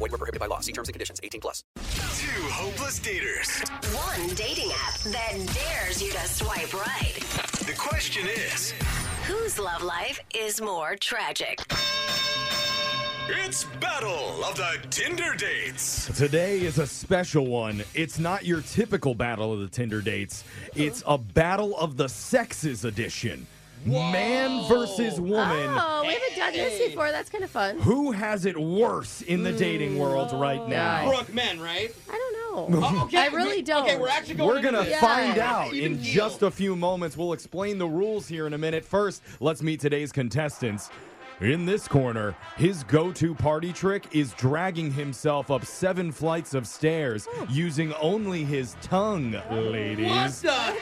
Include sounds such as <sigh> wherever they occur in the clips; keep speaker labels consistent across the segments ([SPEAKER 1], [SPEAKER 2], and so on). [SPEAKER 1] were prohibited by law. See terms and conditions. 18 plus.
[SPEAKER 2] Two hopeless daters.
[SPEAKER 3] One dating app that dares you to swipe right.
[SPEAKER 2] The question is
[SPEAKER 3] Whose love life is more tragic?
[SPEAKER 2] it's Battle of the Tinder Dates.
[SPEAKER 4] Today is a special one. It's not your typical battle of the Tinder dates. It's a battle of the sexes edition. Man versus woman.
[SPEAKER 5] Oh, we haven't done this before. That's kind of fun.
[SPEAKER 4] Who has it worse in the dating world right now?
[SPEAKER 6] Brooke men, right?
[SPEAKER 5] I don't know.
[SPEAKER 6] Oh, <laughs> okay.
[SPEAKER 5] I really don't.
[SPEAKER 6] Okay, we're actually going
[SPEAKER 4] We're going to
[SPEAKER 6] into this.
[SPEAKER 4] find
[SPEAKER 5] Yeah.
[SPEAKER 4] out in just a few moments. We'll explain the rules here in a minute. First, let's meet today's contestants. In this corner, his go to party trick is dragging himself up seven flights of stairs using only his tongue, ladies.
[SPEAKER 6] What the?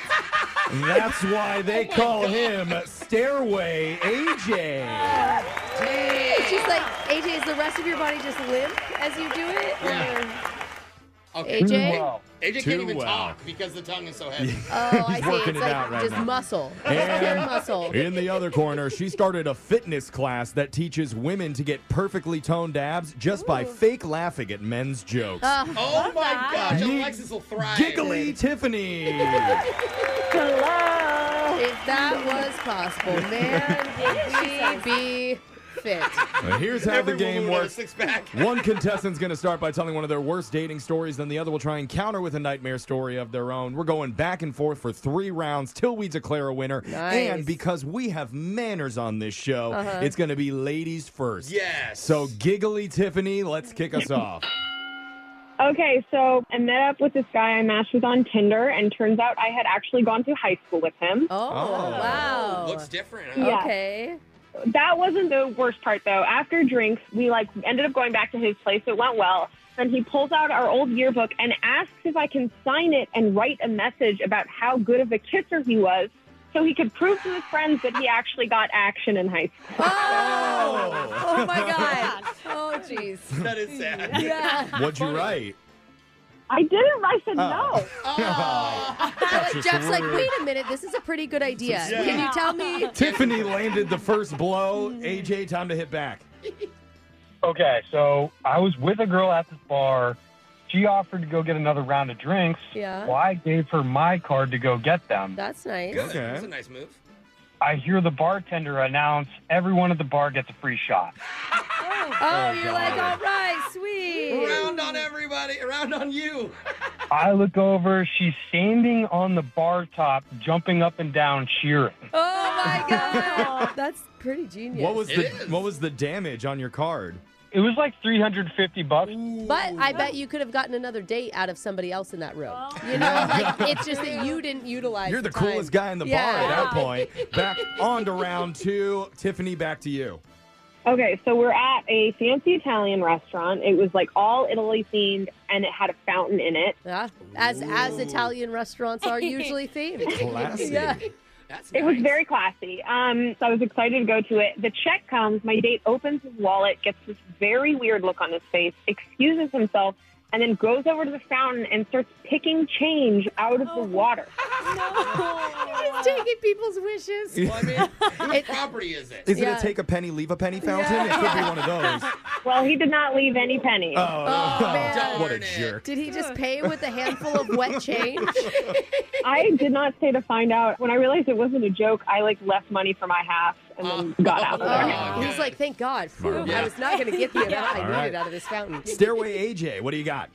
[SPEAKER 4] That's why they call him Stairway <laughs> AJ.
[SPEAKER 5] It's just like, AJ, is the rest of your body just limp as you do it?
[SPEAKER 6] Okay.
[SPEAKER 5] AJ?
[SPEAKER 6] AJ
[SPEAKER 4] Too
[SPEAKER 6] can't even
[SPEAKER 4] well.
[SPEAKER 6] talk because the tongue is so
[SPEAKER 4] <laughs>
[SPEAKER 6] heavy.
[SPEAKER 5] Oh, I see.
[SPEAKER 4] working
[SPEAKER 5] It's
[SPEAKER 4] it
[SPEAKER 5] like
[SPEAKER 4] out right
[SPEAKER 5] just
[SPEAKER 4] now.
[SPEAKER 5] muscle. Just pure muscle.
[SPEAKER 4] <laughs> And in the other corner, she started a fitness class that teaches women to get perfectly toned abs just by fake laughing at men's jokes.
[SPEAKER 6] Oh my gosh,
[SPEAKER 4] Ye-
[SPEAKER 6] Alexis will thrive.
[SPEAKER 4] Giggly Tiffany.
[SPEAKER 5] If that was possible,
[SPEAKER 4] <laughs>
[SPEAKER 5] man, would we be fit?
[SPEAKER 4] Uh, Here's how
[SPEAKER 6] Every
[SPEAKER 4] the game
[SPEAKER 6] woman would have a
[SPEAKER 4] works.
[SPEAKER 6] Six pack.
[SPEAKER 4] One contestant's going to start by telling one of their worst dating stories, then the other will try and counter with a nightmare story of their own. We're going back and forth for three rounds till we declare a winner. And because we have manners on this show, it's going to be ladies first.
[SPEAKER 6] Uh-huh. Yes.
[SPEAKER 4] So, giggly Tiffany, let's kick us off.
[SPEAKER 7] Okay, so I met up with this guy I matched with on Tinder, and turns out I had actually gone to high school with him.
[SPEAKER 5] Oh, wow.
[SPEAKER 6] looks different.
[SPEAKER 4] <laughs>
[SPEAKER 6] huh?
[SPEAKER 7] Yeah.
[SPEAKER 5] Okay.
[SPEAKER 7] That wasn't the worst part, though. After drinks, we like ended up going back to his place. It went well. Then he pulls out our old yearbook and asks if I can sign it and write a message about how good of a kisser he was, so he could prove to his friends that he actually got action in high school.
[SPEAKER 5] Oh, oh my God. Oh, jeez.
[SPEAKER 6] That is
[SPEAKER 5] <laughs>
[SPEAKER 6] sad.
[SPEAKER 5] Yeah.
[SPEAKER 4] What'd you write?
[SPEAKER 7] I didn't. I said no.
[SPEAKER 4] just
[SPEAKER 5] Jeff's like,
[SPEAKER 4] rude.
[SPEAKER 5] wait a minute. This is a pretty good idea.
[SPEAKER 6] Yeah.
[SPEAKER 5] Can you tell
[SPEAKER 4] <laughs>
[SPEAKER 5] me?
[SPEAKER 4] Tiffany landed the first blow.
[SPEAKER 6] Mm.
[SPEAKER 4] AJ, time to hit back.
[SPEAKER 8] Okay, so I was with a girl at this bar. She offered to go get another round of drinks.
[SPEAKER 5] Yeah.
[SPEAKER 8] Well, I gave her my card to go get them.
[SPEAKER 5] That's nice.
[SPEAKER 4] <laughs>
[SPEAKER 6] Good.
[SPEAKER 4] Okay.
[SPEAKER 6] That's a nice move.
[SPEAKER 8] I hear the bartender announce everyone at the bar gets a free
[SPEAKER 5] <laughs>
[SPEAKER 8] shot.
[SPEAKER 5] Oh, you're like, all right, sweet.
[SPEAKER 6] Round on everybody. Round on
[SPEAKER 4] <laughs>
[SPEAKER 6] you.
[SPEAKER 8] I look over, she's standing on the bar top, jumping up and down, cheering.
[SPEAKER 4] <laughs>
[SPEAKER 5] Oh my God. That's pretty genius.
[SPEAKER 4] What was
[SPEAKER 6] It
[SPEAKER 4] the
[SPEAKER 6] is.
[SPEAKER 4] what was the damage on your card?
[SPEAKER 8] It was like 350 bucks.
[SPEAKER 5] But I bet you could have gotten another date out of somebody else in that room. You know, like it's just that you didn't utilize.
[SPEAKER 4] You're the
[SPEAKER 5] time.
[SPEAKER 4] coolest guy in the bar at
[SPEAKER 5] <laughs>
[SPEAKER 4] that point. Back on to round two. Tiffany, back to you.
[SPEAKER 7] Okay, so we're at a fancy Italian restaurant. It was like all Italy themed, and it had a fountain in it.
[SPEAKER 5] Yeah, as as Italian restaurants
[SPEAKER 4] <laughs>
[SPEAKER 5] are usually themed.
[SPEAKER 4] Classy.
[SPEAKER 5] Yeah. <laughs>
[SPEAKER 7] it was very classy. Um, so I was excited to go to it. The check comes. My date opens his wallet, gets this very weird look on his face, excuses himself, and then goes over to the fountain and starts picking change out of the water.
[SPEAKER 5] He's taking people's wishes.
[SPEAKER 4] Well, I mean,
[SPEAKER 6] What property is it?
[SPEAKER 4] Is it
[SPEAKER 5] Yeah.
[SPEAKER 4] a take a penny, leave a penny fountain? It could be
[SPEAKER 5] <laughs>
[SPEAKER 4] one of those.
[SPEAKER 7] Well, he did not leave any penny.
[SPEAKER 4] <laughs> Oh,
[SPEAKER 5] man.
[SPEAKER 4] <laughs> what a
[SPEAKER 6] Darn it.
[SPEAKER 4] jerk.
[SPEAKER 5] Did he just pay with a handful of <laughs> wet change?
[SPEAKER 7] I did not stay to find out. When I realized it wasn't a joke, I like left money for my half and then got out of there.
[SPEAKER 5] Oh, he's like, thank God. Phew, I was not going to get the amount I needed
[SPEAKER 4] right.
[SPEAKER 5] out of this fountain.
[SPEAKER 4] Stairway AJ, what do you got?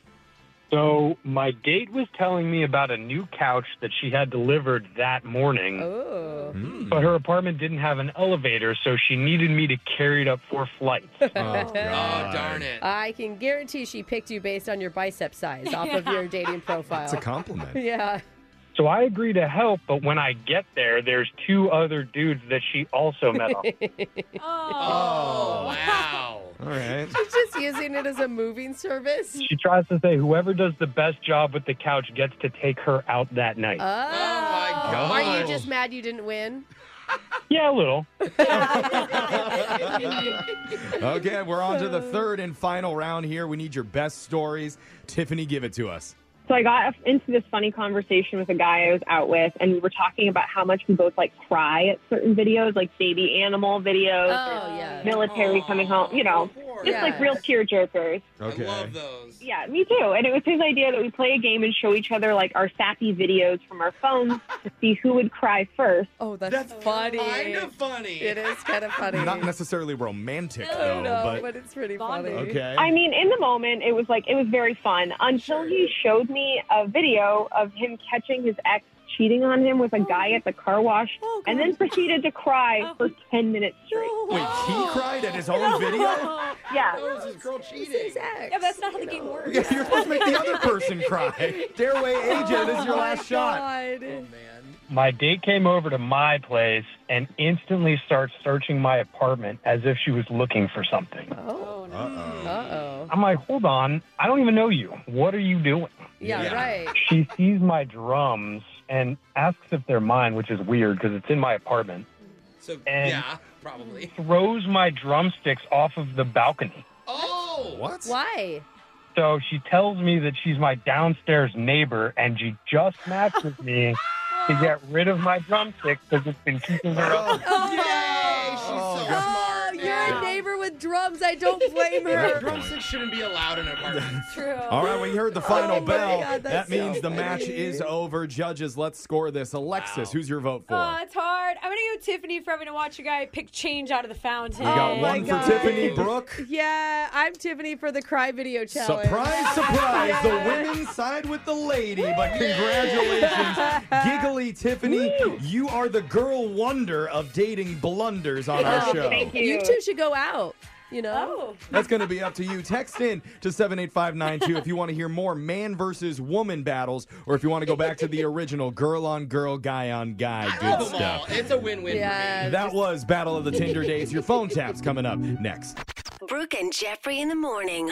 [SPEAKER 8] So my date was telling me about a new couch that she had delivered that morning,
[SPEAKER 5] Oh.
[SPEAKER 8] but her apartment didn't have an elevator, so she needed me to carry it up four flights.
[SPEAKER 4] Oh,
[SPEAKER 6] Oh, darn it.
[SPEAKER 5] I can guarantee she picked you based on your bicep size off of <laughs> your dating profile.
[SPEAKER 4] <laughs> That's a compliment.
[SPEAKER 5] yeah.
[SPEAKER 8] so I agree to help, but when I get there, there's two other dudes that she also met up. with.
[SPEAKER 6] Oh, wow.
[SPEAKER 4] All right.
[SPEAKER 5] She's just using it as a moving service.
[SPEAKER 8] She tries to say whoever does the best job with the couch gets to take her out that night.
[SPEAKER 5] Oh.
[SPEAKER 6] my God.
[SPEAKER 5] Are you just mad you didn't win?
[SPEAKER 8] yeah, a little.
[SPEAKER 4] Okay, we're on
[SPEAKER 5] <laughs>
[SPEAKER 4] to the third and final round here. We need your best stories. Tiffany, give it to us.
[SPEAKER 7] So I got into this funny conversation with a guy I was out with, and we were talking about how much we both like cry at certain videos, like baby animal videos,
[SPEAKER 5] Oh, yeah.
[SPEAKER 7] military coming home, you know,
[SPEAKER 6] Poor
[SPEAKER 7] just like
[SPEAKER 5] Yeah.
[SPEAKER 7] real tearjerkers.
[SPEAKER 6] I love those.
[SPEAKER 7] Yeah, me too. And it was his idea that we play a game and show each other like our sappy videos from our phones to see who would cry first.
[SPEAKER 5] Oh, that's, funny.
[SPEAKER 6] Kind of funny.
[SPEAKER 5] It is kind of funny.
[SPEAKER 4] Not necessarily romantic,
[SPEAKER 5] I
[SPEAKER 4] though,
[SPEAKER 5] know,
[SPEAKER 4] but,
[SPEAKER 5] but, it's pretty funny.
[SPEAKER 4] okay.
[SPEAKER 7] I mean, in the moment, it was like it was very fun until he showed me a video of him catching his ex cheating on him with a guy at the car wash,
[SPEAKER 5] Oh,
[SPEAKER 7] and then
[SPEAKER 5] God.
[SPEAKER 7] proceeded to cry
[SPEAKER 9] Oh.
[SPEAKER 7] for ten minutes straight.
[SPEAKER 4] Wait, he cried at his
[SPEAKER 5] <laughs>
[SPEAKER 4] own video?
[SPEAKER 7] Yeah.
[SPEAKER 6] Oh, this is girl cheating.
[SPEAKER 5] Yeah, that's not how the game works.
[SPEAKER 4] You're supposed to make the
[SPEAKER 5] <laughs>
[SPEAKER 4] other person cry. Stairway AJ, this is
[SPEAKER 5] Oh
[SPEAKER 4] your last shot.
[SPEAKER 8] My date came over to my place and instantly starts searching my apartment as if she was looking for something.
[SPEAKER 5] Oh,
[SPEAKER 4] Uh-oh.
[SPEAKER 5] uh-oh.
[SPEAKER 8] I'm like, hold on, I don't even know you. What are you doing?
[SPEAKER 5] Yeah,
[SPEAKER 4] Yeah.
[SPEAKER 5] right.
[SPEAKER 8] She sees my drums and asks if they're mine, which is weird because it's in my apartment.
[SPEAKER 6] So,
[SPEAKER 8] And-
[SPEAKER 6] yeah, probably.
[SPEAKER 8] Throws my drumsticks off of the balcony.
[SPEAKER 6] Oh,
[SPEAKER 4] What?
[SPEAKER 5] Why?
[SPEAKER 8] So she tells me that she's my downstairs neighbor and she just matched with me to get rid of my drumsticks because it's been keeping her up.
[SPEAKER 5] Oh,
[SPEAKER 6] Yay, she's
[SPEAKER 4] Oh,
[SPEAKER 6] so smart.
[SPEAKER 5] you're
[SPEAKER 6] now.
[SPEAKER 5] a neighbor with drums. I don't <laughs> blame her.
[SPEAKER 6] Drumsticks shouldn't be allowed in an
[SPEAKER 4] <laughs>
[SPEAKER 6] apartment.
[SPEAKER 4] All right, we heard the final
[SPEAKER 5] Oh my
[SPEAKER 4] bell.
[SPEAKER 5] God,
[SPEAKER 4] that
[SPEAKER 5] that's
[SPEAKER 4] means
[SPEAKER 5] so
[SPEAKER 4] the match
[SPEAKER 5] funny.
[SPEAKER 4] is over. Judges, let's score this. Alexis, who's your vote for?
[SPEAKER 9] Oh, it's hard. I'm gonna go Tiffany for having to watch a guy pick change out of the fountain. Oh,
[SPEAKER 4] we got
[SPEAKER 5] Oh my
[SPEAKER 4] one
[SPEAKER 5] God.
[SPEAKER 4] for Tiffany Brooke.
[SPEAKER 5] <laughs> yeah, I'm Tiffany for the cry video challenge.
[SPEAKER 4] Surprise, surprise. The women side with the lady, but
[SPEAKER 5] <laughs>
[SPEAKER 4] congratulations, Giggly Tiffany. You are the girl wonder of dating blunders on
[SPEAKER 5] Oh,
[SPEAKER 4] our show.
[SPEAKER 7] Thank you. Oh.
[SPEAKER 5] You two should go out. You know?
[SPEAKER 4] That's going to be up to you. Text in to 78592 if you want to hear more man versus woman battles or if you want to go back to the original girl on girl, guy on guy
[SPEAKER 6] I
[SPEAKER 4] good
[SPEAKER 6] love them all.
[SPEAKER 4] stuff.
[SPEAKER 6] It's a win-win
[SPEAKER 5] Yeah.
[SPEAKER 4] That was Battle of the Tinder Days. Your phone taps coming up next.
[SPEAKER 3] Brooke and Jeffrey in the morning.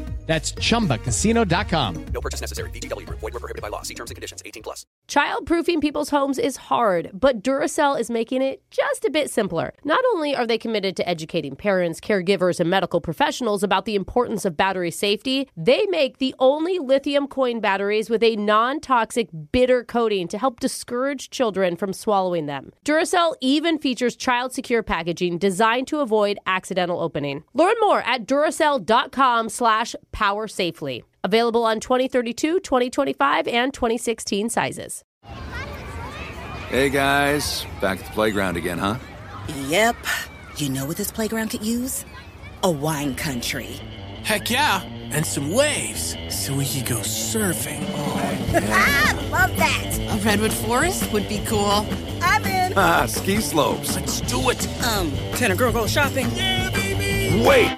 [SPEAKER 10] That's chumbacasino.com.
[SPEAKER 1] No purchase necessary. VGW Group. Void where prohibited by law. See terms and conditions. 18 plus.
[SPEAKER 5] Childproofing people's homes is hard, but Duracell is making it just a bit simpler. Not only are they committed to educating parents, caregivers, and medical professionals about the importance of battery safety, they make the only lithium coin batteries with a non toxic bitter coating to help discourage children from swallowing them. Duracell even features child secure packaging designed to avoid accidental opening. Learn more at duracell.com slash power safely. Available on 2032, 2025, and 2016 sizes.
[SPEAKER 2] Hey guys, back at the playground again, huh?
[SPEAKER 7] Yep. You know what this playground could use? A wine country.
[SPEAKER 10] Heck yeah, and some waves so we could go surfing. Oh,
[SPEAKER 7] ah, love that.
[SPEAKER 10] A redwood forest would be cool.
[SPEAKER 7] I'm in.
[SPEAKER 2] Ah, ski slopes.
[SPEAKER 10] Let's do it.
[SPEAKER 7] Um, can a girl go shopping? Yeah, baby.
[SPEAKER 2] Wait!